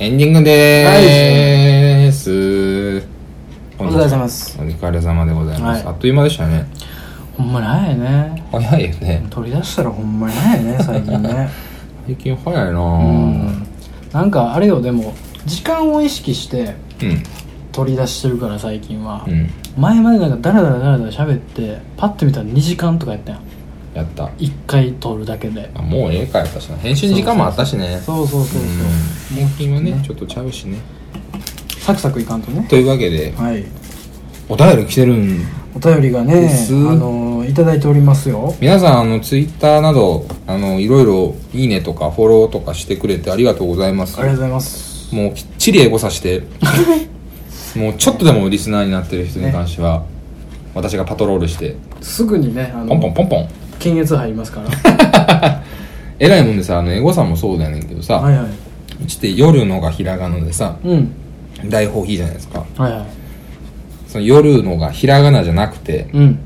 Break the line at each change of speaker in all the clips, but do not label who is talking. エンディングでーす、
お疲れ様です
お疲れ様でございます、
はい
あっという間でしたね
ほんまないね
早いよね
取り出したらほんまないね最近ね
最近早いなぁ
うんなんかあれよでも時間を意識して
うん
取り出してるから最近は
う、ん
前までなんかダラダラダラダラ喋ってパッて見たら2時間とかやったやん
やった
1回撮るだけで
あもうええかやったしな編集時間もあったしね
そうそうそうそ
う
う、
ん納金はね
ね
ちょっとちゃうしね
サクサクいかんとね
というわけで
はい
お便り来てるん
お便りがね
です
あのいただいておりますよ
皆さんあのツイッターなどあのいろいろいいねとかフォローとかしてくれてありがとうございます
ありがとうございます
もうきっちりエゴさして もうちょっとでもリスナーになってる人に関しては、私がパトロールして
すぐにねあ
ポ
の
ンポンポンポン
検閲入りますから
えらいもんでさあのエゴさんもそうだよねんけどさ、
はいはいう
ちって夜のがひらがなでさ
うん
大放棄じゃないですか
はいはい
その夜のがひらがなじゃなくて
うん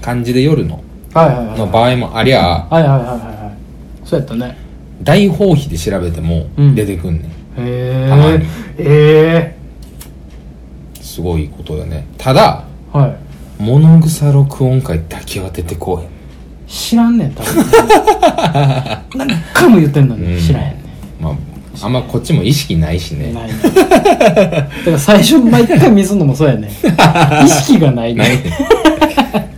漢字で夜の
はいはいはい
の場合もありゃ
はいはいはいはいはいそうやったね
大放棄で調べても
うん
出てくんねん、たまに
へええ
すごいことだねただ
えはい
物草録音会だけは出てこ
知らんねん多分何回も言ってんの
うん
に知らへんね
へんまああんまこっちも意識ないしね
んないねだから最初毎回見すんのもそうやねん意識がない
ない
ね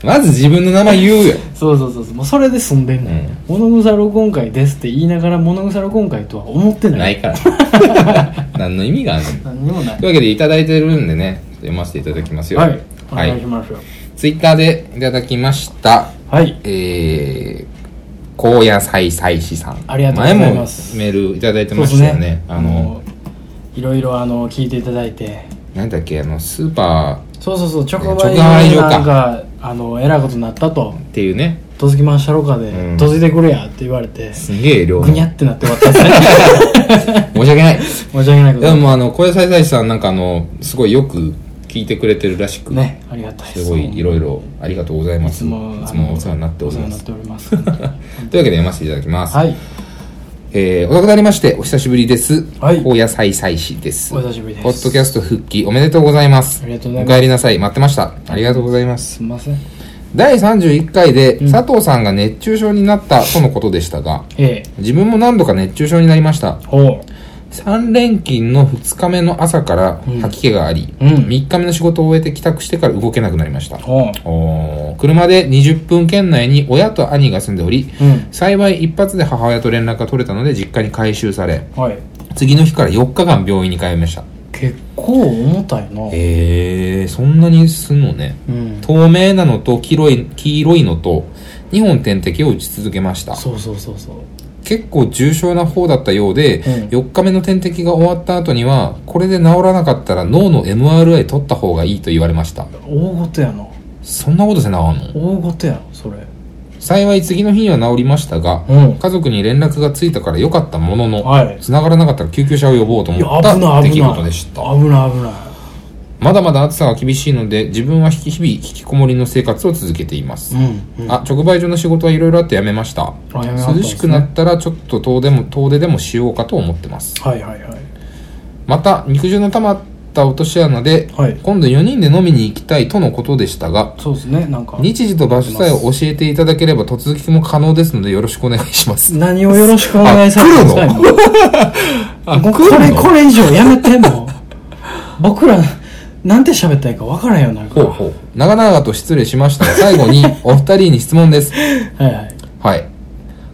まず自分の名前言うよ
そうそうそうそうもうそれで済んでんねん物草録音会ですって言いながら物草録音会とは思ってない
ないから 何の意味があるのと
何にもない
いうわけでいただいてるんでねちょっと読ませていただきますよ
はいお
は
願いし
い、
ますよ
ツイッターでいただきました
はい
えー、高野菜菜師さん
ありがとうございます
前もメールいただいてましたよねあの
もういろいろあの聞いていただいて
なんだっけあのスーパ
そうそうそうチョコ
直
バイ
売所か
なんかあのえらいことになったと
ーっていうね
「とづきまんしゃろうかで
うん
とづいてくれや」って言われて
すげえ量の
ぐにゃ
申し
ってなって終わったんで すね
訳 ない
申し訳ないけ
で
ど
もあの小野菜菜師さんなんかあのすごいよく聞いてくれてるらしく
ねありがたいです
ごいいろいろありがとうございま
い
す
つも
い
あ
つ
の
もお世話になっております
お世話になってお ります
というわけで読ませていただきます、
はい
えー、お亡くなりましてお久しぶりです、
はい
高野菜菜師です
お久しぶりです
ポッドキャスト復帰おめでとうございます
ありがとうございま
お
す
帰りなさい待ってましたありがとうございます
すいません
第31回で
ん
佐藤さんが熱中症になったとのことでしたが
ええ
自分も何度か熱中症になりました
ほ
3連勤の2日目の朝から
うん
吐き気があり、
うん
3日目の仕事を終えて帰宅してから動けなくなりました
う、ほ
おー車で20分圏内に親と兄が住んでおり、
ううん
幸い一発で母親と連絡が取れたので実家に回収され
はい
次の日から4日間病院に通いました
結構重たいな
へえー、そんなにすんのね
うん
透明なのと黄色い黄色いのと2本点滴を打ち続けました
そうそうそうそう
結構重症な方だったようで、
うん
4日目の点滴が終わった後にはこれで治らなかったら脳の MRI 取った方がいいと言われました
大ごとやな
そんなことせなあかんの
大ごとやそれ
幸い次の日には治りましたが、
うん
家族に連絡がついたから良かったものの、
はい
繋がらなかったら救急車を呼ぼうと
いや
思っ
危な
た
い
出
危
来
ない
事でした
危ない危ない
まだまだ暑さが厳しいので自分は日々引きこもりの生活を続けています、
うん、うん、
あ直売所の仕事はいろいろあって辞めました
あやめはったん
涼
ですね
しくなったらちょっと遠出も遠出でもしようかと思ってます
はいはいはい
また肉汁の溜まった落とし穴で、
はい
今度4人で飲みに行きたいとのことでしたが
そうですねなんか
日時と場所さえ教えていただければ突撃も可能ですのでよろしくお願いします
何をよろしくお願いされて ください
あ
もうこれこれ以上やめて もう僕らなんて喋ったらいいか分からんようになるか
ほう
ら
ほう長々と失礼しま したが最後にお二人に質問です
はいはい
はい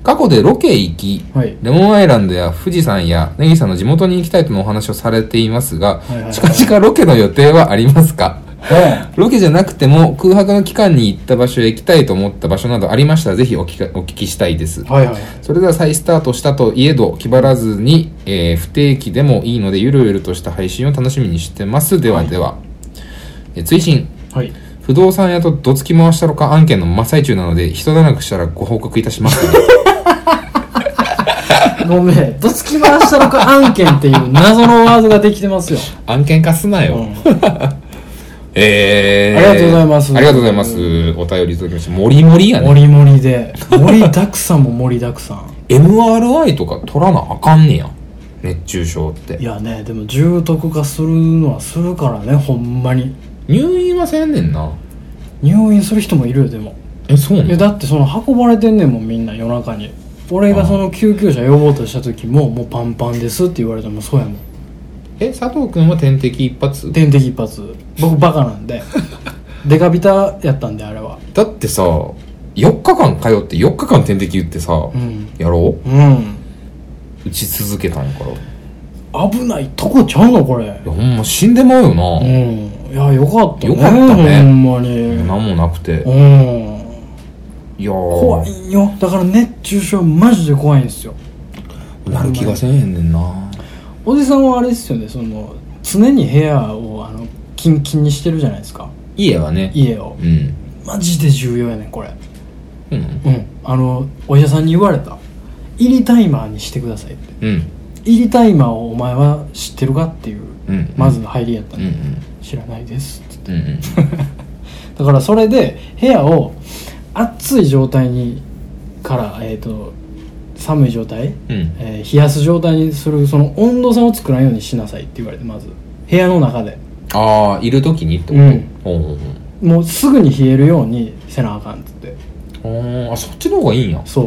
過去でロケ行き、
はい
レモンアイランドや富士山やネギさんの地元に行きたいとのお話をされていますが、
はいはいはい
近々ロケの予定はありますか
は
ロケじゃなくても空白の期間に行った場所へ行きたいと思った場所などありましたらぜひお聞かお聞きしたいです。
いはいはい
それでは再スタートしたといえど気張らずに、えー不定期でもいいのでゆるゆるとした配信を楽しみにしてます。ではでは。えー追伸
はい
不動産屋とどつき回したろか案件の真っ最中なので人だらくしたらご報告いたします、
ごめんどつき回したのか案件っていう謎のワードができてますよ、
案件化すなよ。
うん、
えー、
ありがとうございます
ありがとうございます。お便りいただきまして、もりもりやね。
盛り盛りで盛りだくさんも盛りだくさん
MRI とか取らなあかんねや。熱中症って
いやねでも重篤化するのはするからねほんまに
入院はせんねんな
入院する人もいるよでも
えそうないの
やだってその運ばれてんねんもんみんな夜中に俺がその救急車呼ぼうとした時ももうパンパンですって言われてもそうやもん
え佐藤君は点滴一発
点滴一発僕バカな んでデカビタやったんであれは
だってさ4日間通って4日間点滴打ってさ、
うん
やろ
うん
う打ち続けたんやからい
危ないとこちゃうのこれ
やほんま死んでまうよ
うん
な、
いやよかったね
よかったね
ほんまに
なん、
う
何もなくて、
ん
いやー
怖いんよだから熱中症マジで怖いんですよ
なる気がせえへんねんな
おじさんはあれですよねその常に部屋をあのキンキンにしてるじゃないですか
家はね
家を
うん
マジで重要やねんこれ
うん
うんあのお医者さんに言われた入りタイマーにしてくださいって
うん
入りタイマーをお前は知ってるかっていう
うん
まず入りやった
うん
ね、
うん
知らないですって
うんうん
だからそれで部屋を暑い状態にから、えー、と寒い状態、
うん
えー冷やす状態にするその温度差を作らんようにしなさいって言われてまず部屋の中で
ああいる時にってこと、うん、
もうすぐに冷えるようにせなあかんっつって
ああそっちの方がいいんや
そ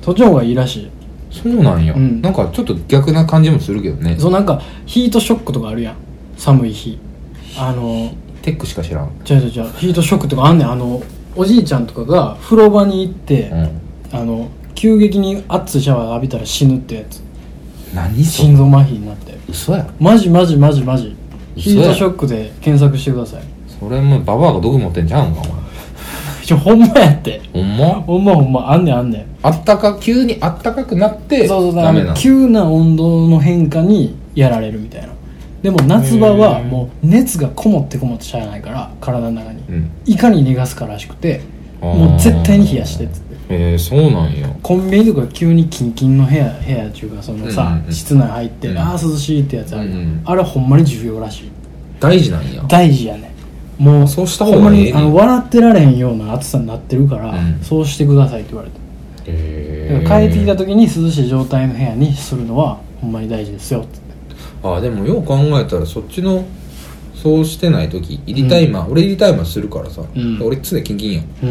うそっちの方がいいらしい
そうなんや、
うん
なんかちょっと逆な感じもするけどね
そうなんかヒートショックとかあるやん寒い日あの
テックしか知らん
違う違う違うヒートショックとかあんねんあのおじいちゃんとかが風呂場に行って、
うん
あの急激に熱いシャワー浴びたら死ぬってやつ
何それ
心臓麻痺になって
嘘やろ
マジマジマジマジ
嘘
ヒ
や
ートショックで検索してください
それもババアが毒持ってんじゃうんかお前
ちょほんまやって
ほんま
ほんまほんまあんねんあんねん
あったか急にあったかくなって
そうそう
ダ
だ
メ
か
な
ら
の
急な温度の変化にやられるみたいなでも夏場は
へー
もう熱がこもってこもってしゃあないから体の中に
うん
いかに逃がすからしくて
あー
もう絶対に冷やしてっつって
えー、そうなんや
コンビニとか急にキンキンの部屋部屋っていうかそのさ、
うんうんうん
室内入って、
うん
ああ涼しいってやつある、
うんうん
あれほんまに重要らしい
大事なんや
大事やねもう
そうした方が
ほんま
いい
にあの笑ってられんような暑さになってるから、
うん
そうしてくださいって言われて、
え
帰ってきた時に涼しい状態の部屋にするのはほんまに大事ですよっつって
あーでもよう考えたらそっちのそうしてない時入りタイマー、俺入りタイマーするからさ、
うん
俺常キンキンやん
う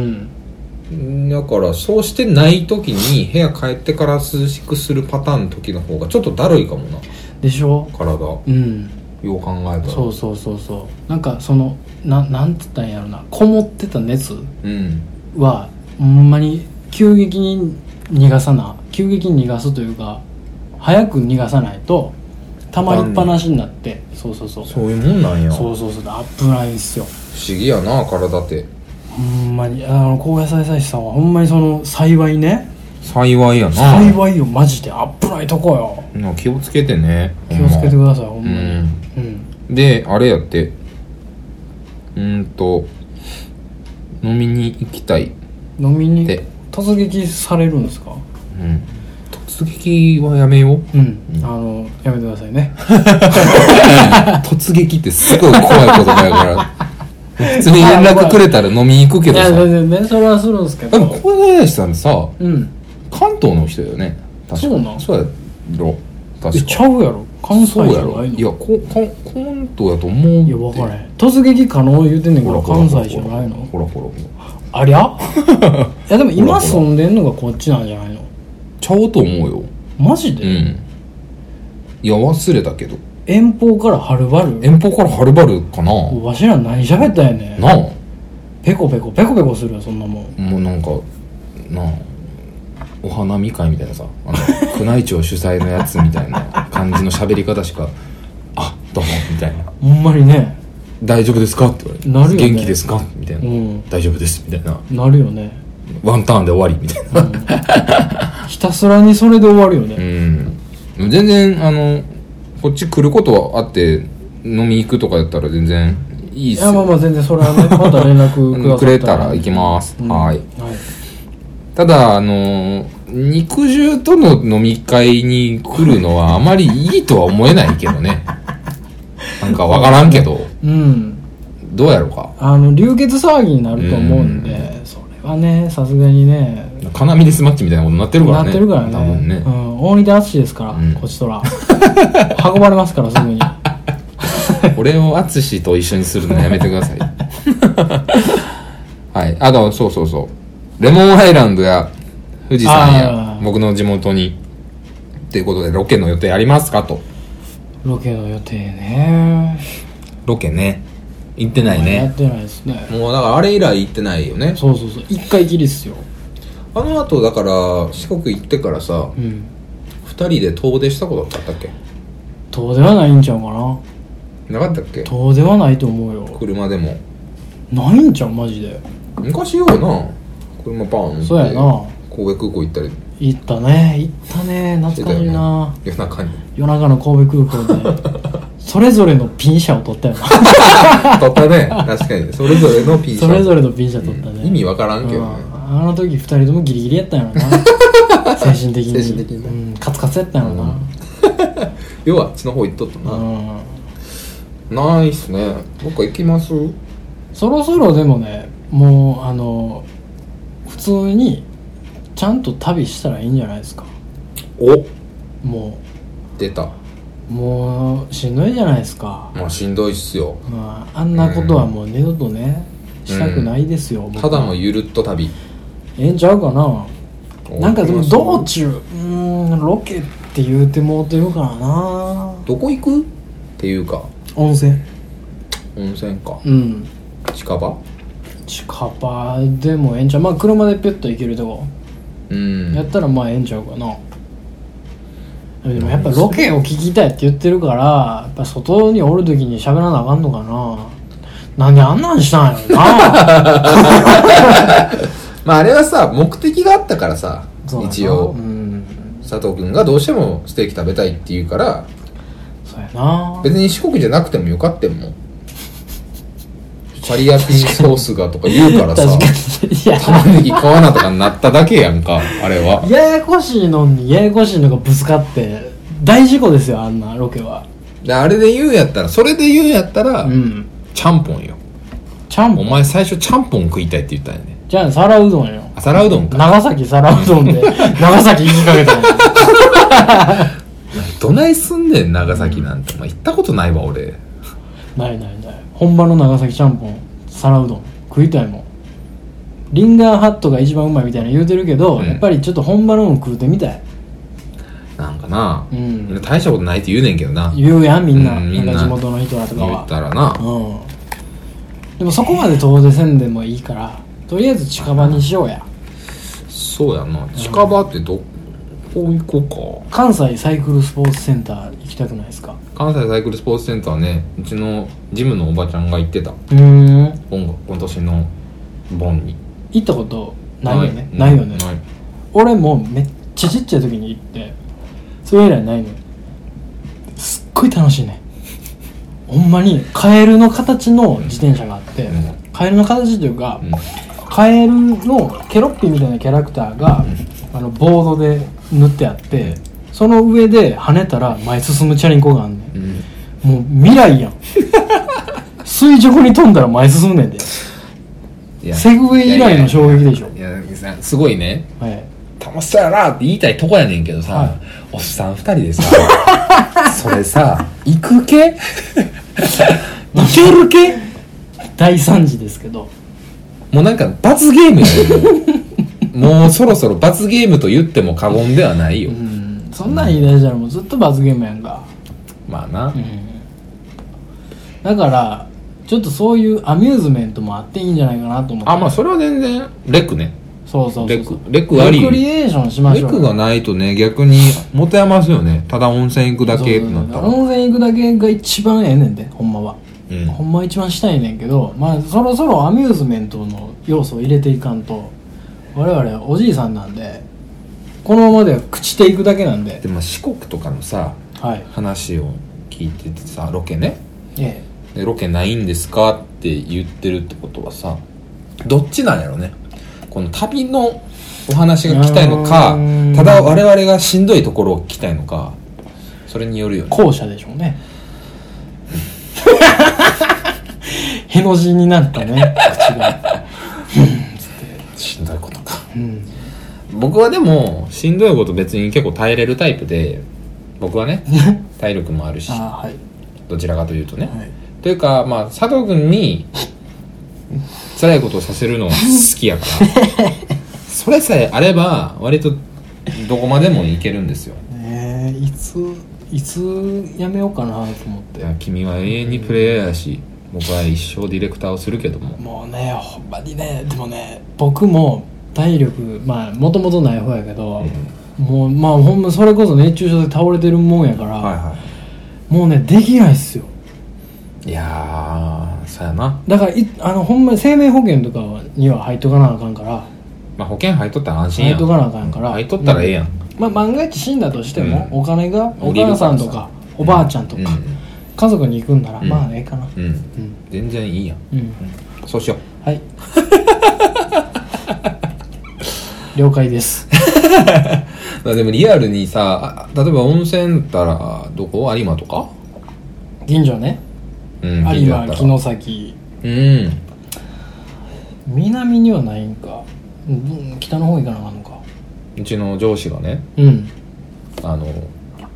ん
だからそうしてない時に部屋帰ってから涼しくするパターンの時の方がちょっとだるいかもな
でしょ
体
うん
よう考えたら
そうそうそうそうなんかそのななんつったんやろなこもってた熱
うん
はほんまに急激に逃がさな急激に逃がすというか早く逃がさないと溜まりっぱなしになってそうそうそう
そういうもんなんや不
そ
思
うそうそう危ないんすよ
議やな体って
ほんまにあの高野菜採取さんはほんまにその幸いね
幸いやな
幸いよマジで危ないとこよ
な気をつけてね
気をつ
ほ
けて
ん
く
ま
ださいほんまに
うん
うん
であれやってうーんと飲みに行きたい
飲みに
で
突撃されるんですか
うん突撃はやめ よう
うんあのやめてくださいね
突撃ってすごい怖い言葉やから普通に連絡くれたら飲みに行く
い
けど
や
さ
全然ねそれはするんですけ
で
ど
も小林さんさ
うん
関東の人だよね確か
そうなん
そうやろ
え
確
ち
か
ゃうやろ関西じゃ
そう
ない
や
の
ろ
い
いやこか関東やと思うい
や分からへん突撃可能言うてんねんけ
ほら
ど
ほら
関
ほら
西じゃないの
ほらほらほら
あ りゃいやでも
ほ
今
らほら
住んでんのがこっちなんじゃないの
ちゃうと思うよ
マジ
う
で
んいや忘れたけど
遠方からはるばる
遠方からはるばるかな
わしら何喋ったんやねん
なあ
ペコペコペコペコするよそんなもん
もうなんかなあお花見会みたいなさあの 宮内庁主催のやつみたいな感じの喋り方しかあどうもみたいな
ほんまにね
大丈夫ですかって言われて
なるよね
元気ですかみたいな、
うん
大丈夫ですみたいな
なるよね、
ワンターンで終わりみたいな
うんひたすらにそれで終わるよ
う
ね
ん全然あのこっち来ることはあって飲み行くとかやったら全然いいっ
い
すよ
やまあまあ全然それはねまた連絡くださっ
く
た
れたら行きます
うん
はーい
はい
ただあの肉汁との飲み会に来るのはあまりいいとは思えないけど ねなんかわからんけど
うん
どうやろうか
あの流血騒ぎになると思うんで、それはねさすがにね
カナミデスマッチみたいなことになってるからね
なってるからね
多分ね、
うん、大仁田淳ですから、
うん
こっちとら運ばれますからすぐに
俺を淳と一緒にするのやめてください はいあとそうそうそうレモンアイランドや富士山や
あー
僕の地元にっていうことでロケの予定ありますかと
ロケの予定ね
ロケね行ってない
や
ね
ってないですね
もうだからあれ以来行ってないよね
そうそうそう一回きりっすよ
あの後だから四国行ってからさ
うん
2人で遠出したことあったっけ
遠出はないんちゃうかな
なかったっけ
遠出はないと思うよ
車でも
ないんちゃうマジで
昔ような車パン
そうやな
神戸空港行ったり
行ったね行ったね
してた
懐か
よ
しい
ね
な、
夜中に
夜中の神戸空 港でそれぞれのピン車を取ったよな
撮ったね確かにそれぞれの P シャ
それぞれのピン車取ったね、
意味わからんけど
う
ね
んあの時二人ともギリギリやったんやろ な精神的に
精神的にね
うん、カツカツやったんやろな
要はあっちの方行っとった
う、
なんないっすねどっか行きます
そろそろでもねもうあの普通にちゃんと旅したらいいんじゃないですか
お
も
出た
うもうしんどいじゃないですか、
まあしんどいっすよ
まあ、あんなことはもう二度とね、したくないですよ、僕
た
は
だのゆるっと旅
ええんちゃうかななんかでも道中うーんロケって言うてもうてるからな
どこ行くっていうか
温泉
温泉か
うん
近場
近場でもええんちゃうまあ車でピュッと行けるとこ、
うん
やったらまあええんちゃうかなでもやっぱロケを聞きたいって言ってるからやっぱ外におる時に喋らなあかんのかななんであんなんしたんや ろな
まああれはさ目的があったからさ
そうやな
一応
うん
佐藤君がどうしてもステーキ食べたいって言うから
そうやな
別に四国じゃなくてもよかったんもんチャリアピンソースがとか言うからさ
確かにいや
玉ねぎ買わなとかになっただけやんかあれは
ややこしいのにややこしいのがぶつかって大事故ですよあんなロケは
であれで言うやったらそれで言うやったら、
うん
ちゃんぽんよ
ちゃんぽ
お
ん
前最初ちゃんぽん食いたいって言ったんやね
じゃあ皿うどんよ
あ皿うどんか
長崎皿うどん で長崎行きかけたの
どないすんねん長崎なんて、まあ、行ったことないわ俺
ないないない本場の長崎ちゃんぽん皿うどん食いたいもんリンガーハットが一番うまいみたいな言うてるけど、
うん
やっぱりちょっと本場のもん食うてみたい
なんかな、
うん
大したことないって言うねんけどな
言うやんみんな,、
うんみ
み
ん
ん
な
な地元の人らとか
言
は
ったらな
うんでもそこまで遠出せんでもいいからとりあえず近場にしようや
そうやな近場ってどこ行こう
関西サイクルスポーツセンター行きたくないですか
か関西サイクルスポーツセンターねうちのジムのおばちゃんが行ってた
うーん
今後今年の盆に
行ったことないよねないよ
な
ね
い
俺もうめっちゃちっちゃい時に行ってそれ以来ないのよすっごい楽しいねほんまにカエルの形の自転車があって、
うん
カエルの形というか、
うん
カエルのケロッピみたいなキャラクターが、あのボードで塗ってあって、その上で跳ねたら前進むチャリンコがあんねん
うん
もう未来やん垂直に飛んだら前進んねんで
いや
セグウェイ以来の衝撃でしょ
いやいやいやすごいね
はい
楽しそうやなって言いたいとこやねんけどさ、
はい
おっさん二人でさ それさ行くけ行けるけ
大惨事ですけど
もうなんか罰ゲームやね んもうそろそろ罰ゲームと言っても過言ではないよ、
うんそんなん言い出したらもうずっと罰ゲームやんか
まあな、
うんだからちょっとそういうアミューズメントもあっていいんじゃないかなと思って
あまあそれは全然レクね
そうそうそうそう
レクレクあり
レクリエーションしま
レ
しょう
クがないとね逆に持て余すよねただ温泉行くだけってなったら
温泉行くだけが一番ええねんでほんまは、
うん
ほんまは一番したいねんけどまあそろそろアミューズメントの要素を入れていかんと我々おじいさんなんでこのままでは朽ちていくだけなんで
でも四国とかのさ
はい
話を聞いててさロケね
え
でロケないんですかって言ってるってことはさどっちなんやろねこの旅のお話が聞きたいのか
うーん
ただ我々がしんどいところを聞きたいのかそれによるよ
え
ね
後者でしょうね への字になったね口が
しん僕はでもしんどいこと別に結構耐えれるタイプで僕は ね体力もあるし
あはい
どちらかというとね、
はい
というかまあ佐藤君に辛いことをさせるのが好きやから それさえあれば割とどこまでもいけるんですよ
ねえいついつやめようかなと思っ
い
て
や君は永遠にプレイヤーやし僕は一生ディレクターをするけども
もうねほんまにねでもね僕も体力まあもともとない方やけど、もうまあほんまそれこそ熱中症で倒れてるもんやから、
は
もうねできないっすよ
いいやーそうやな
だからいあのほんまに生命保険とかには入っとかなあかんから
まあ保険入っとったら安心
入
や
っ
ん
とかなあかんから
入っとったらええやん
まあ、万が一死んだとしても、
うん
お金がお
降りる
母
からさ
さんとかおばあちゃんとか、家族に行くんなら、
うん
まあええかな
うん、うん、
うん
全然いいやん、
うん
うん、そうしよう
はい 了解です
だからでもリアルにさあ例えば温泉だったらどこ有馬とか
近所ね
うん
有
近所だった
馬
ら
城崎
うん
南にはないんか、うん、北の方行かなあかんのか
うちの上司がね
うん
あの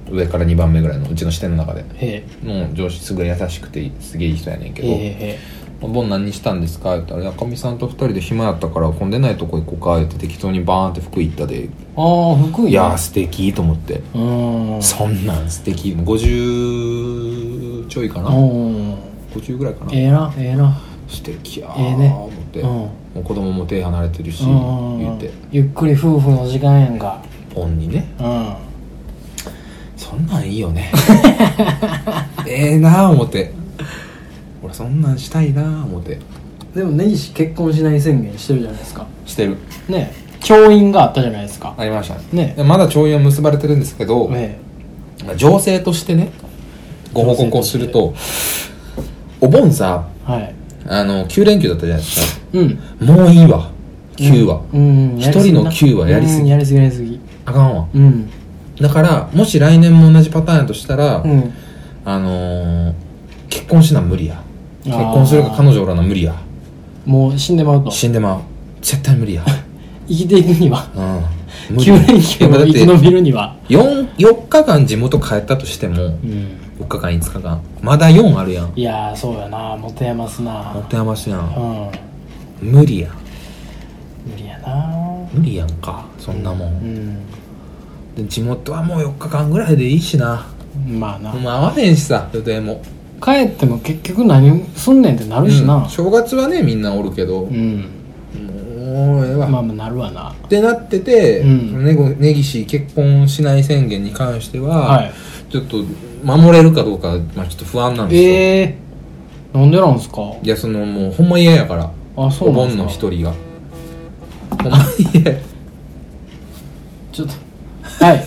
上から2番目ぐらいのうちの支店の中で
へ
もう上司すごい優しくてすげえいい人やねん
え
け
へ
ど、
えへ
お盆何にしたんですか?」言ったらいや「かみさんと2人で暇やったから混んでないとこ行こうか」言って適当にバーンって服行ったで
えああ福井ね
いやー素敵と思って、
うん
そんなん素敵もう50ちょいかな、
うん
50ぐらいかな、
ええなええな
素敵や
ええ
ー
ね
思って、
うん
もう子供も手離れてるし
うん
言って
ゆっくり夫婦の時間やんか
ポンにね
うん
そんなんいいよ ねええなあ思って俺そんなんしたいなあ思って
でも根岸結婚しない宣言してるじゃないですか
してる
ねえ教員があったじゃないですか
ありましたね
ね
まだ調印は結ばれてるんですけど、
ね
まあ情勢としてねご報告をするとお盆さ
えはい
あの9連休だったじゃないです
うん
かもういいわ9は、
うん
一人の9はやりすぎ
うんやりすぎやりすぎ
あかんわ
うん
だからもし来年も同じパターンやとしたら、
うん
あのー結婚しな無理や
あー
結婚するか彼女おらな無理や
もう死んでまうと
死んでまう絶対無 理や
生きていくには
うん無理
9連休
いや
を
だっ
生
て
き延びるには
4, 4日間地元帰ったとしても
うん
4日間5日間まだ4あるやん
いやーそうやな持て余すな
持て余すや
うんん
無理やん
無理やな
無理やんかそんなもん、
うん
で地元はもう4日間ぐらいでいいしな
まあな
もう合わへんしさ予定も
帰っても結局何すんねんってなるし
う
なん
正月はねみんなおるけど、
うん、
もうええわ、
まあまあなるわな
ってなってて、
うん
ねご根岸結婚しない宣言に関しては、
はい
ちょっと守れるかどうか、まあ、ちょっと不安なんですよ、
ええー、なんでなんすか
いやそのもうほんま嫌やから
あそ
お
うな
盆
んすか
の一人がほんま嫌や
ちょっとはい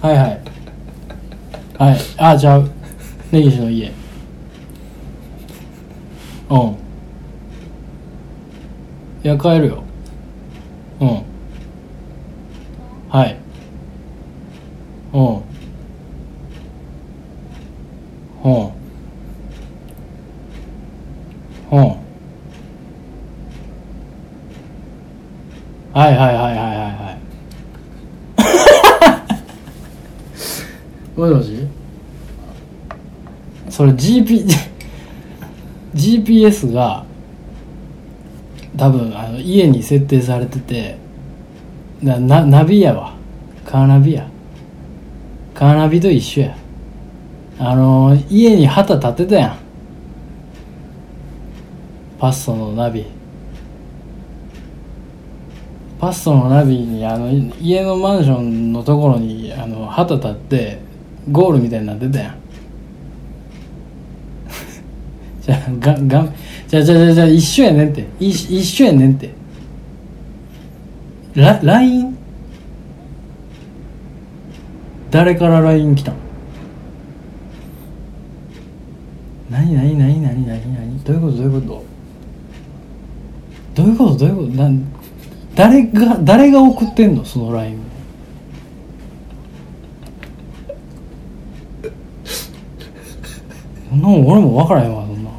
はいはいはいあじゃあ根岸の家うんいや帰るようんはいうんうんうんはいはいはいはいはいはいもしもしそれ GP GPS が多分あの家に設定されててななナビやわカーナビやカーナビと一緒やあの家に旗立てたやんパッソのナビパストのナビにあの家のマンションのところにあの旗立ってゴールみたいになってたやん じゃあががじゃあじゃあじゃあじゃあ一緒やねんってい一緒やねんってラ LINE? 誰から LINE 来たん何何何何何何どういうことどういうことどういうことどういうことなん誰が誰が送ってんのその LINE そんなもん俺も分からへんわそんなん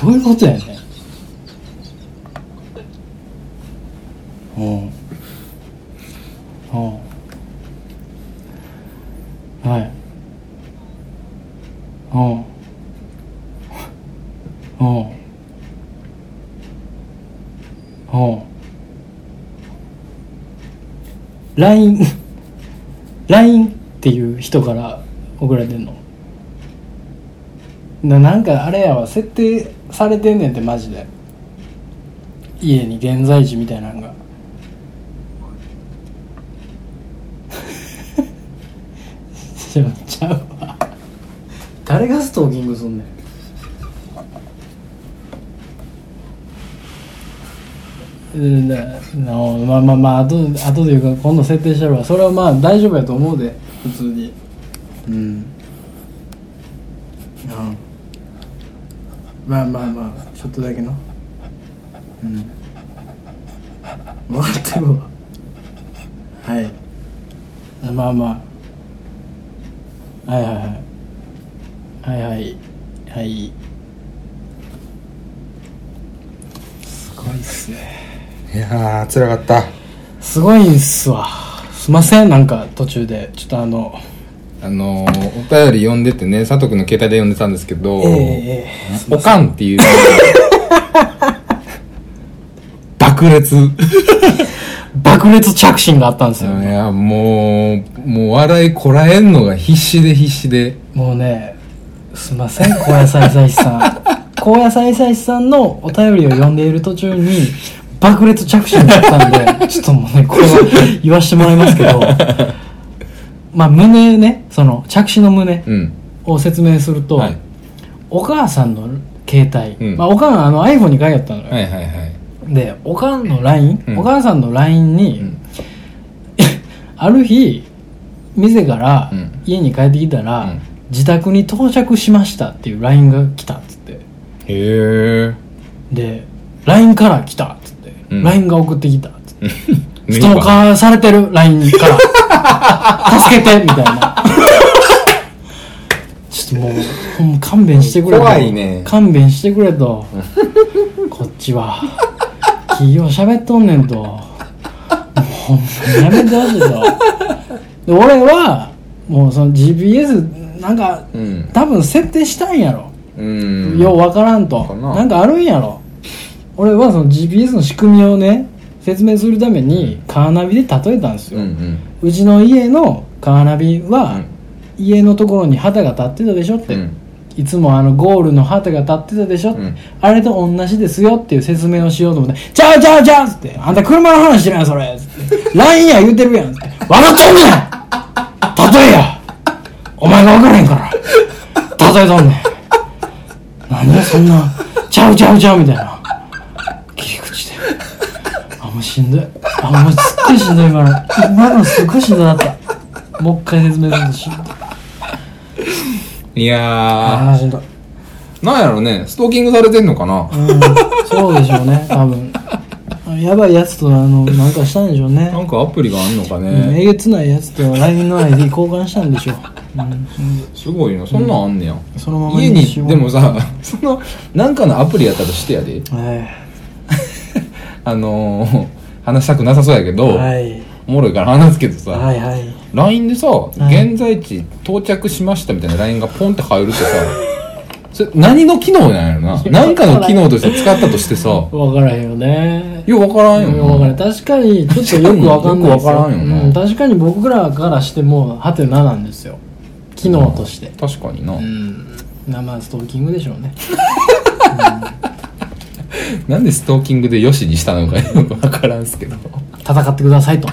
どういうことやねんうんうんうんうん LINE LINE っていう人から送られてんのななんかあれやわ設定されてんねんってマジで家に現在地みたいなの がちょちゃうわ誰がストーキングすんねんうんななまあまあまああとあとというか今度設定してるわそれはまあ大丈夫やと思うで普通にうん、うん、まあまあまあちょっとだけのうん分かってるわはいまあまあはいはいはいはいはいはいすごいっすね
いやー辛かった
すごいんすわすいませんなんか途中でちょっとあの
あのー、お便り読んでてね佐藤君の携帯で読んでたんですけど、
ええええ
おかん っていう爆裂
爆裂着信があったんです
い
よ、
やもうもう笑いこらえんのが必死で必死で
もうねすいません高野菜菜 師さん高野菜菜師さんのお便りを読んでいる途中に爆裂着信があったんでちょっともうねこれは言わしてもらいますけどまあ胸ねその着信の胸
うん
を説明すると、
はい
お母さんの携帯、
うん
まあ、おかんあの iPhone に書いてあったのよ、
はいはいはい
でおかんの LINE、
うん
お母さんの LINE に、
うん
ある日店から
うん
家に帰ってきたら、
うん
自宅に到着しましたっていう LINE が来たっつって
へえ
で LINE から来たっつって、
うん
LINE が送ってきたっつってストーカーされてる LINE か ら助けてみたいなちょっともうほんま勘弁してくれと
怖いね
勘弁してくれとこっちは企業喋っとんねんともうほんまにやめてほしいとで俺はもうその GPS なんか
うん
多分設定したんやろ、
うん
よう分からんと
かな
なんかあるんやろ俺はその GPS の仕組みをね説明するためにカーナビで例えたんです
うん
よ、
う
うんちの家のカーナビは、
うん
家のところに旗が立ってたでしょって、
うん
いつもあのゴールの旗が立ってたでしょ、
うん
あれと同じですよっていう説明をしようと思って「ちゃうちゃうちゃう」っつって「あんた車の話してないやんそれ」っつって「LINE や言うてるやん」っつって「分かってんねん例えやお前が分からへんから例えとんねんなんでそんな「ちゃうちゃうちゃう」みたいな切り口であもうしんどいあもうすっごいしんどい今の今のすっごいしんどかったもう一回説明するとしんどい
いや
あーしんどい
ーなんやろねストーキングされてんのかな
うんそうでしょうね多分やばいやつとあのなんかしたんでしょうね
なんかアプリがあんのか
うんえ
ね
げつないやつと LINE の ID 交換したんでしょう、うん
すごいなそんなんあんねや
そのまま
家
し
に
よう
でもさ そのなんかのアプリやったとしてやで
は
あのー話したくなさそうやけ
い
ど
はい
おもろいから話すけどさ
はいはい、
LINE でさ、
い
現在地到着しましたみたいな LINE がポンって入るとさ、それ何の機能なんやろ な。何かの機能として使ったとしてさ、よ
分からへんよね
うわからんよ
よくわからん
な。
確かにちょっとよくわかんないです
よくわからんよな
うん、確かに僕らからしてもハテナなんですよ機能として
確かにな
う。ん生ストーキングでしょうね
なんでストーキングでよしにしたのかよくわからんす けど。
戦ってくださいと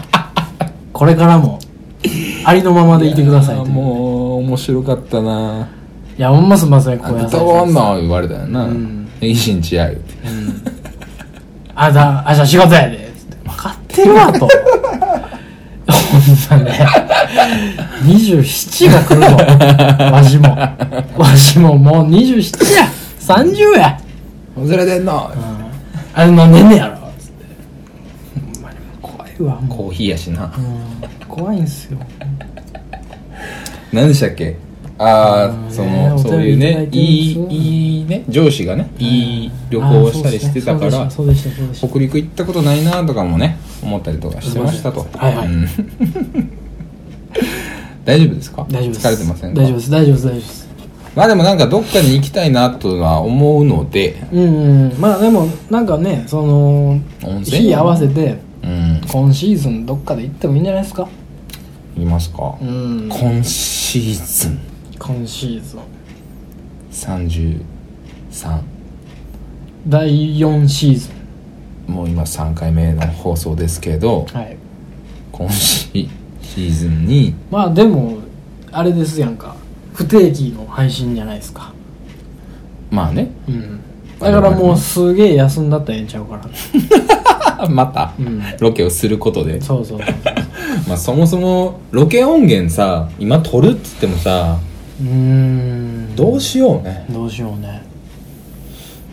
これからもありのままでいてくださいという
もう、面白かったな。
いやほんますんません
あ、
小屋
歌
さ
わん
ん
な、言われたよな
うん。
いいしんちや、言うて。
あだあじゃあ仕事やでつって分かってるわとほんまね27が来るぞわしもわしももう27や30や、
忘れてんの
うん、あれ飲んでんねやろつってほんまにもう怖いわも
コーヒーやしな
う、。うん、怖いんすよ
何でしたっけあ
う
あ
ん
そ
ね
のそういう
お便
ね
り
い
いただいてるんです
いいいね上司がねいい旅行をしたりしてたから、
あーそうでしたそうでしたそうでし
北陸行ったことないなとかもね思ったりとかしてましたと
すいませんはいはい
うん 大丈夫ですか
た大丈夫です
疲れてませんか
大丈夫です大丈夫です大丈夫です
まあでもなんかどっかに行きたいなとは思うので
うん、うん、まあでもなんかねその
温泉
日合わせて
うん
今シーズンどっかで行ってもいいんじゃないですか
言いますか、
うん
今シーズン
今シーズン
33
第4シーズン
もう今3回目の放送ですけど
はい
今シシーズンに
まあでもあれですやんか不定期の配信じゃないですか
まあね
うんだからもうすげえ休んだったらええんちゃうから
また
うん
ロケをすることで、
そう そうそう
まあ、そもそもロケ音源さ今撮るっつってもさ
うーん
どうしようね
どうしようね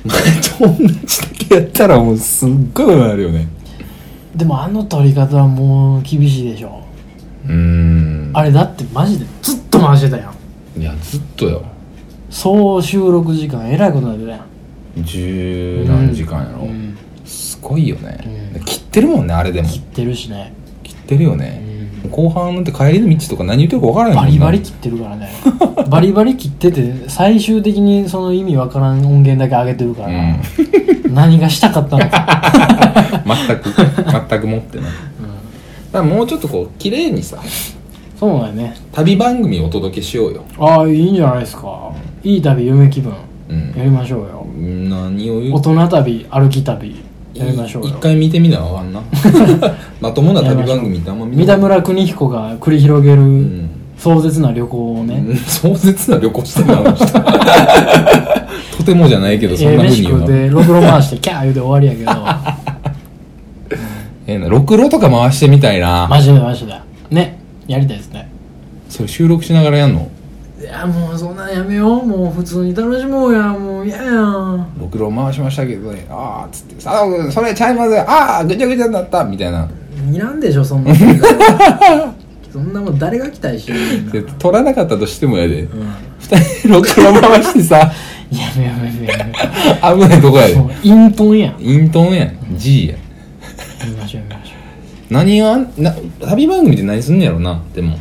前と同じだけやったらもうすっごいことになるよね
でもあの撮り方はもう厳しいでしょ
うーん
あれだってマジでずっと回してたやん
いやずっとよ
総収録時間えらいことになってたやん
十何時間やろ、
うん
すごいよね、
うん
切ってるもんねあれでも
切ってるしね、
切ってるよ
う
ね、
ん、
後半なんて帰りの道とか何言ってるか分からないも
バ
ん
リバリ切ってる からねバリバリ切ってて最終的にその意味わからん音源だけ上げてる
う
から、
ん
何がしたかったの か、
全く 全く持ってないだからもうちょっとこう綺麗にさ
そうだよね
旅番組をお届けしようよ、
ああいいんじゃないですかいい旅夢気分
うん
やりましょうよ
何を言
大
う
人旅歩き旅やりましょう
一
よ
回見てみなあか んなまともな旅番組ってあんま見
三田村邦彦が繰り広げ
う
る
ん
壮絶な旅行をね、
うん壮絶な旅行してたあの人 とてもじゃないけどそ
え
ん
え
なふう
飯
に言う
食う
な
てろくろ回してキャー言うて終わりやけど
ええなろくろとか回してみたいな
マジでマジでねやりたいですね
それ収録しながらやんの
いやもうそんなんやめようもう普通に楽しもうやもう嫌やん
ろくろ回しましたけどねああっつって「佐藤君それちゃいますああぐちゃぐちゃになった」みたいない
らんでしょそん なそんなもん誰が期待してるんだ
で撮らなかったとしてもやで
うん
二人でろくろ回してさ
やめやめやめや
危ないとこや
めも
で
う陰遁やん
イントンやん G やん
見ましょう見ましょ
何がな旅番組って何すんのやろなでも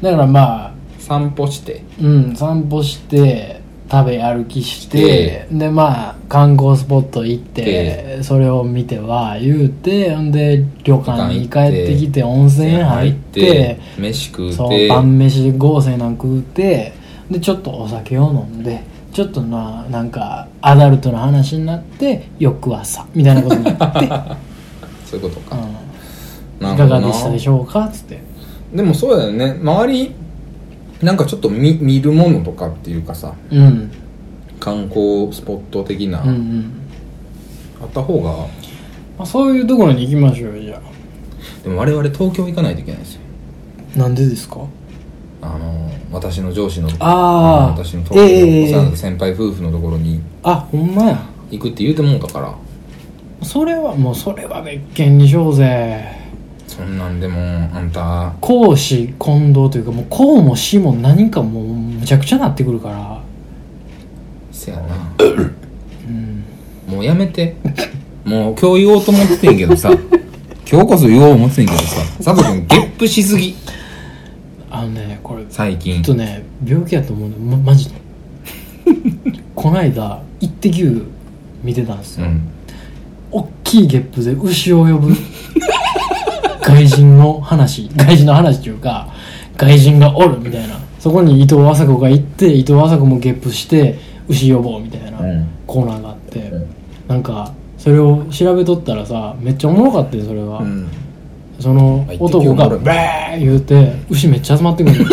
うだからまあ
散歩して
うん散歩して食べ歩きしてでまあ観光スポット行ってそれを見ては言うてほんで旅館に帰ってきて温泉入って
飯食う
そう
て
晩飯豪勢なん食うてでちょっとお酒を飲んでちょっとななんかアダルトな話になって翌朝みたいなことになって、
そういうこと
う
か
ん、
ないる
か
ほど
が
な
でしたでしょうかっつって
でもそうだよね周りなんかちょっと見見るものとかっていうかさ
うん
観光スポット的な、
うんうん、
あった方が
まあ、そういうところに行きましょうよじゃ
でも我々東京行かないといけないんですよ
あなんでですか
あの私の上司の
あー
の私の東京の
ええ
幼な先輩夫婦のところに
あほんまや
行くって言うてもんだから
それはもうそれは別件にしようぜ
そんなんでもあんた
公私混同というかもう公も私も何かもうむちゃくちゃなってくるから
せやな
うん
もうやめて。もう今日言おうと思っててんけどさ。今日こそ言おう思っててんけどさ。佐藤君、ゲップしすぎ。
あのねこれちょ
最近
っ。とね病気やと思うのまマジ でこないだ「イッテ Q!」見てたんです
う
よ、
ん。
おっきいゲップで牛を呼ぶ外人の話外人の話というか外人がおるみたいなそこに伊藤麻子が行って伊藤麻子もゲップして牛呼ぼうみたいな、
うん。
コーナーがあって、
うん
なんかそれを調べとったらさめっちゃおもろかったよそれが、
うん。
その
あ一
男が
滴おもろい
「バー!」言うて牛めっちゃ集まって くるの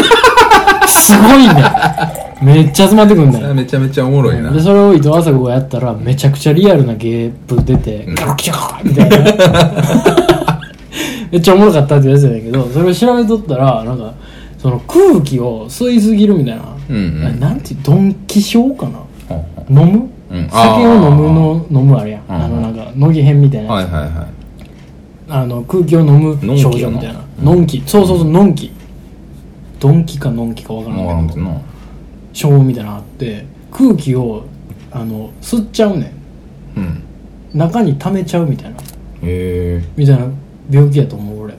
すごいねめっちゃ集まってくるん
そ
だ
れは
よ
めちゃめちゃおもろいな
で。それを伊藤麻子がやったらめちゃくちゃリアルなゲープ出て
ん
ガロキャーみたいな めっちゃおもろかったってやつやねんけどそれを調べとったらなんかその空気を吸いすぎるみたいな、
うんうん
あれなんていうドンキショーかな
ほう
飲む、
うん
酒を飲むの飲むあれやん、
うん
あのなんか乃木編みたい
ほうは
なや
い
つ、
はいは
あの空気を飲む
のんき
少女みたいな
やな
のんきそうそうそうのんきドンキかのんきかわ
い。
から
もう
な
あ
い
ん
け
た
ど
な。
ショーみたいなのあって空気をあの吸っちゃうねん
うん。
中に溜めちゃうみたい
へ
な
え。
みたいな病気やと思う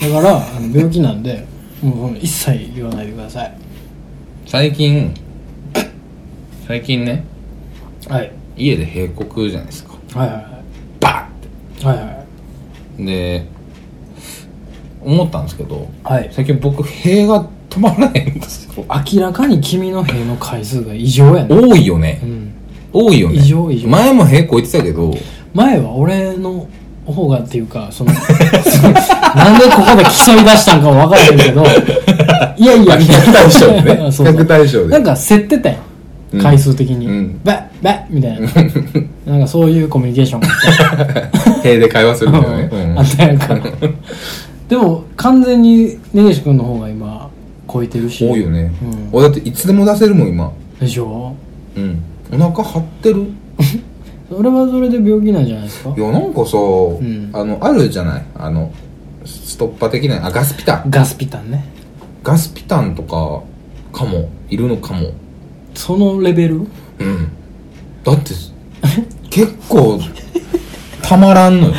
俺だからあ の病気なんでもう一切言わないでください
最近、最近ね
はい
家で閉国じゃないですか
はいは
バーンっ
いはいはい
てで思ったんですけど
はい
最近僕塀が止まらないんですよ
明らかに君の兵の回数が異常やね
多いよね
うん
多いよね
異常異常
前も塀越えてたけど
前は俺の方がっていうかその そのなんでここで競い出したんかも分からへん けどいやいや
比較対象で ね
そうそう
比較対象で
なんか競ってたや
うん
ん回数的に、
うん
バッバッみたいななんかそういうコミュニケーションが
塀で会話するんだよ
あっ
ね、
たやんか でも完全に根岸君の方が今超えてるし
多いよね、
うん
俺だっていつでも出せるもん今
でしょ
うんお腹張ってる
それはそれで病気なんじゃないですか
いやなんかさ、
ん
あのあるじゃないあのストッパー的なあガスピタン
ガスピタンね
ガスピタンとかかもいるのかも
そのレベル
うんだって結構たまらんのよ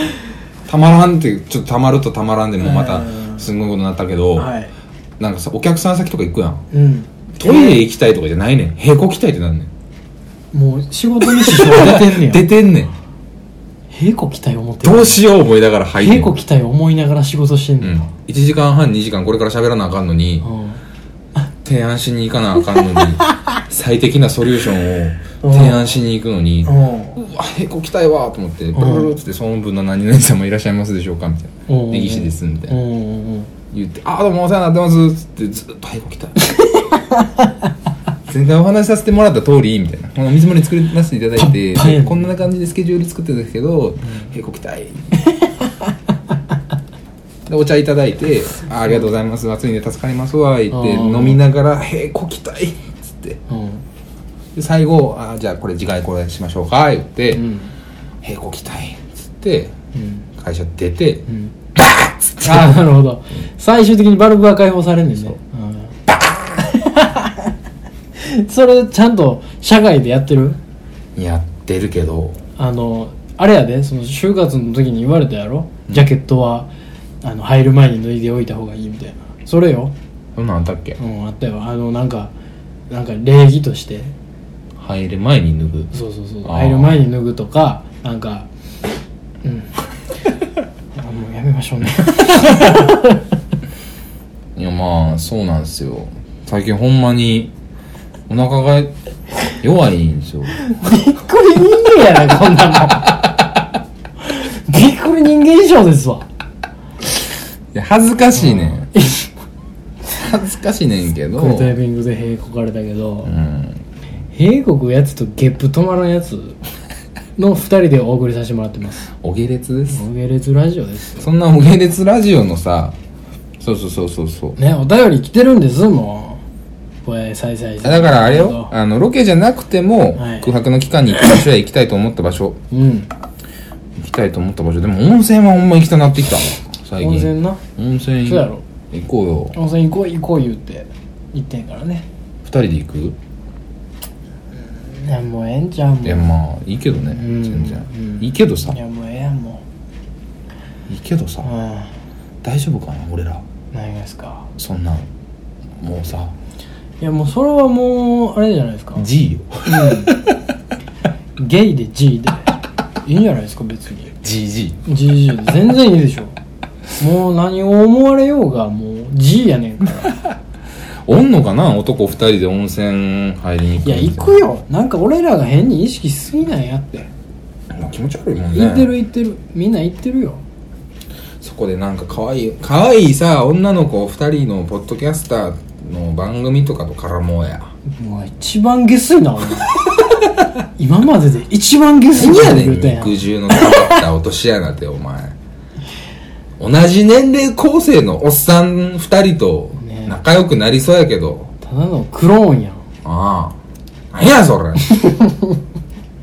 たまらんってちょっとたまるとたまらんでもうまた
うん
すんごいことになったけど、
はい
なんかさお客さん先とか行くやん
うん
トイレ行きたいとかじゃないねん平行きたいってなんねん
もう仕事に支障が出てんねや
出てんねん
平子期待を持ってる
どうしよう思いながら入ってん
平子期待を思いながら仕事してん
う
ね
ん
ん、
1時間半2時間これから喋らなあかんのに、
うん
提案しに行かなあかんの に最適なソリューションを提案しに行くのに、
うん
うわへこきたいわと思ってブルルルっつって「総務部の何々様いらっしゃいますでしょうか」みたいな
う
「
ん
根岸です」みたいうなん
うん
言って「ああどうもお世話になってます」っつってずっと「へこ きたい」前回お話しさせてもらった通りみたいなこの見積もり作り出していただいて
パンパンやね
こんな感じでスケジュール作ってたんですけど「へこきたい」でお茶いただいて「あありがとうございます暑いんで助かりますわ」言って
うん
飲みながら「へこきたい」っつって
うん
で最後「あーじゃあこれ次回これしましょうか」言って
う
「
ん
へこきたい」っつって
うん
会社出て
うん
バーッつって
ああなるほど最終的にバルブが解放されるんですよそれちゃんと社外でやってる
やってるけど
あのあれやでその就活の時に言われたやろ、ジャケットはあの入る前に脱いでおいた方がいいみたいなそれよ
そんなんあったっけ
うんあったよあのなんかなんか礼儀として
入る前に脱ぐ
そうそうそう
あー
入る前に脱ぐとかなんかうん あもうやめましょうね
いやまあそうなんですよ最近ほんまにお腹が弱いん ですよ
びっくり人間やねこんなもんびっくり人間以上ですわ
いや恥ずかしいねん恥ずかしいねんけど
このタイミングで塀こかれたけど
うん
塀こくやつとゲップ止まらんやつの2人でお送りさせてもらってます
お下劣です
おげれつラジオですよ
そんなお下劣ラジオのさそうそうそうそうそう
ねお便り来てるんですもうこれさいさいさい
だからあれよあのロケじゃなくても
はい
空白の期間に行く場所や行きたいと思った場所
うん
行きたいと思った場所でも温泉はほんま行きたなってきた最近
温泉な
温泉
そうやろ
行こうよ
温泉行こう行こう言うて言ってんからね
二人で行く
いやもうええんちゃうもん
いやまあいいけどね
うん
全然
うん
いいけどさ
いやもうええやんも
いいけどさ
ううん
大丈夫かな俺ら
何がですか
そんなんもうさ
いやもうそれはもうあれじゃないですか
G よ
うんゲイで G でいいんじゃないですか別に
GG
GG で全然いいでしょもう何を思われようがもう G やねんから
おんのかな男二人で温泉入りに行く
いや行くよなんか俺らが変に意識しすぎないやって
まあ気持ち悪いもんね
行ってる行ってるみんな行ってるよ
そこでなんか可愛い可愛いさ女の子二人のポッドキャスターの番組とかと絡もうや
もう一番下水な俺今までで一番下水
何や
な
ね
言
ん
うたや
肉
ん
汁の溜まった落とし穴でお前同じ年齢構成のおっさん二人と
ねえ
仲良くなりそうやけど、
ただのクローンやん
ああ。なんやそれ。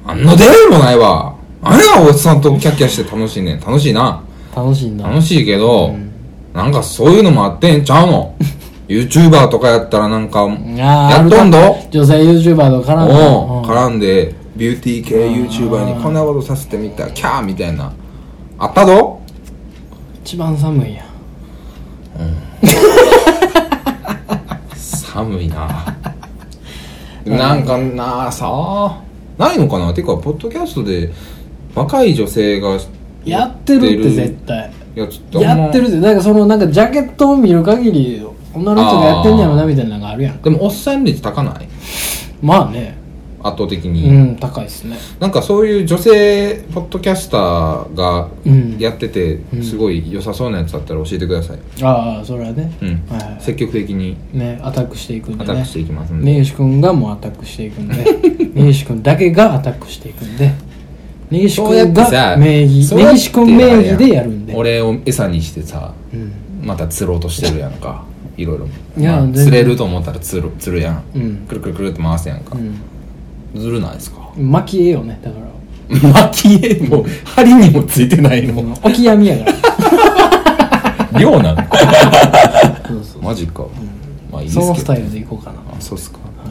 あんな出会いもないわ。あれやおっさんとキャッキャして楽しいねん。楽しいな。
楽しいな
楽しいけど、なんかそういうのもあってんちゃうの ?YouTuber とかやったらなんか、
あー
やっとんど
女性 YouTuber と絡んだ
おう絡んで、ビューティー系 YouTuber にこんなことさせてみた、キャーみたいな。あったど
一番寒いやん
寒いな。でもなんかなあさあないのかなていうかポッドキャストで若い女性が
やってるって絶対
やつってあんま
やってるぜなんかそのなんかジャケットを見る限り女の人がやってんやろなみたいなのがあるやん
でもおっさん率高ない
まあね
圧倒的
う
に、
ん高いっすね
なんかそういう女性ポッドキャスターが
うん
やってて
うん
すごい良さそうなやつだったら教えてください、
ああそれはね
うん
はい
積極的に
ねアタックしていくんで
アタッ
ね
クしていきますんで、
根岸君がもうアタックしていくんで 根岸君だけがアタックしていくんで根岸
そうやっ
君
てさ
が名義
そうやっ
根
て
岸君名義でやるんで
俺を餌にしてさ
うん
また釣ろうとしてるやんかいろいろ
いや
まあ
全然
釣れると思ったら釣る釣るやん、
うん
くるくるくるって回すやんか、
う
ずるないですか
ん巻き絵よねだから
巻き絵も針にもついてない
あのオキアミやから
量なの
そうそう
マジか、まあいいです
そ
けど
のスタイルでいこうかな
あそうっすか
はい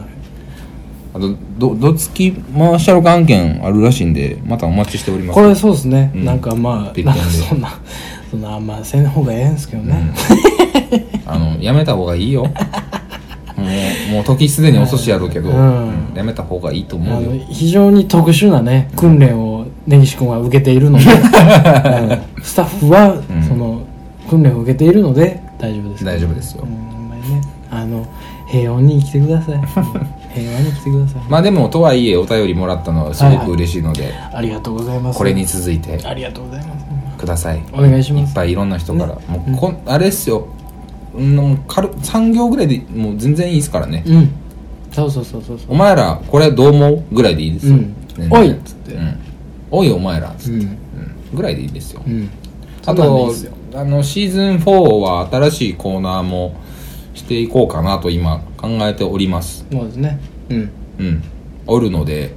あとどどつき回しャロ案件あるらしいんでまたお待ちしております
これそうですね、
うん
なんかまあ
ピッ
なん
タリ
か
で
そんな そんなあんません方がええんすけどね、
あのやめた方がいい よもうもう時すでに遅しやろうけど、
うん
うんやめた方がいいと
あ
思う
の
よ
非常に特殊なね訓練を根岸君は受けているの で、うんスタッフは、
ん
その訓練を受けているので大丈夫です
大丈夫ですよ、
うんほんまにねあの平穏に生きてくださいうん平和に生きてください、
まあでもとはいえお便りもらったのはすごく嬉しいので、
ありがとうございます
これに続いて
ありがとうございます
ください
お願いし
い
ま
っ
す
ぱいいろんな人から、もうこんあれっすようん軽3行ぐらいでもう全然いいですからね、
うんそうそうそうそうそ
お
う
前らこれどう思うぐらいでいいですよ、
うん
全然
おいっつって
うんおいお前らっつって、
うん
うんぐらいでいいですよ、
うん
あ
そんなんでいい
と
っすよ
あのシーズン4は新しいコーナーもしていこうかなと今考えております
そうですねうん
うんおるので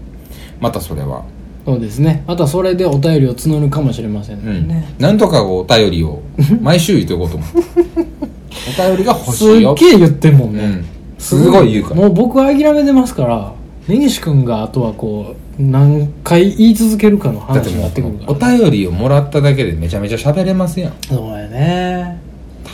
またそれは
そうですねあとはそれでお便りを募るかもしれません
う
ね,、
ん、なんとかお便り を毎週言っていこうと思うお便りが欲
す
しい
っ
よ
げえ言ってんも
う
んね、
んすごい言うから
もう僕は諦めてますから根岸君があとはこう何回言い続けるかの
だって
話に
も
なってくる
う
から
お便りをもらっただけでめちゃめちゃ喋れますやん
そうやね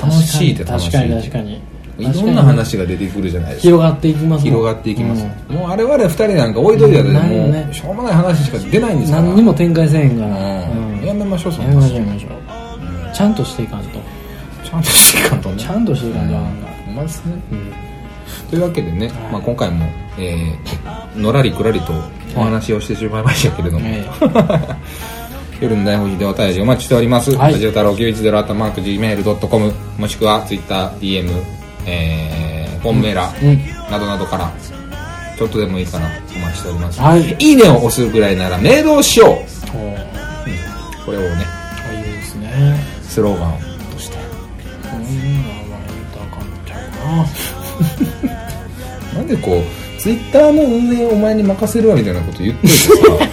楽しいって楽しい
確かに確かに
い
確かに
ろんな話が出てくるじゃないですか
広がっていきますもん
広がっていきます、
うん
もう我々二人なんか置いといた
うん
ら
ないよ
も
ね
うしょうもない話しか出ないんですから
何にも展開せえへんか
う
ら、
ん
うん
や
や
めましょうそん
めま
な
しょうやめましょう、ちゃんとしていかんと
ちゃんとしていかんとね
ちゃんとしていかんとあかんから
うんまあですねというわけでね、まあ、今回も、えーのらりくらりとお話をしてしまいましたけれども、
え
夜の大保持でお便りお待ちしております。
はい
ラジオ太郎910アットマーク Gmail.com もしくは Twitter、DM、えー、本メーラ、
うん
などなどから、ちょっとでもいいかな、お待ちしております。
はい
いねを押すぐらいなら、メールをしよう
おー
これをね、
あいいですね
スローガンとして。
こういうのはまあ言うとあかんちゃうな
なんでこう、Twitter の運営をお前に任せるわみたいなこと言ってる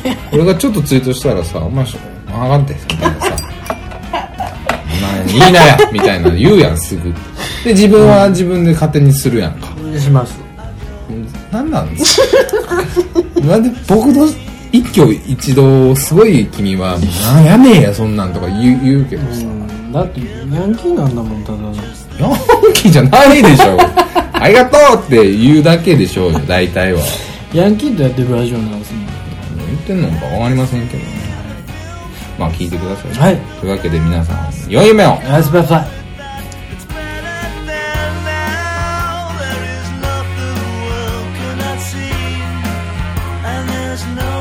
けどさ、俺がちょっとツイートしたらさ、お前、あがって、みたいなさ。何いいなやみたいなの言うやんすぐで自分は自分で勝手にするやんか
します
なんなんですかなんで僕の一挙一動すごい君は「なんやねえやそんなん」とか言う言うけどさ
うんだってヤンキーなんだもんただの
「ヤンキーじゃないでしょありがとう」って言うだけでしょうよ大体は
ヤンキーとやってるラジオなんですもん
何言ってんのか分かりませんけどねまあ聞いてください、
はい
というわけで皆さん良い夢を
おやすみなさい
It's better than now. There is nothing the world cannot see, and there's no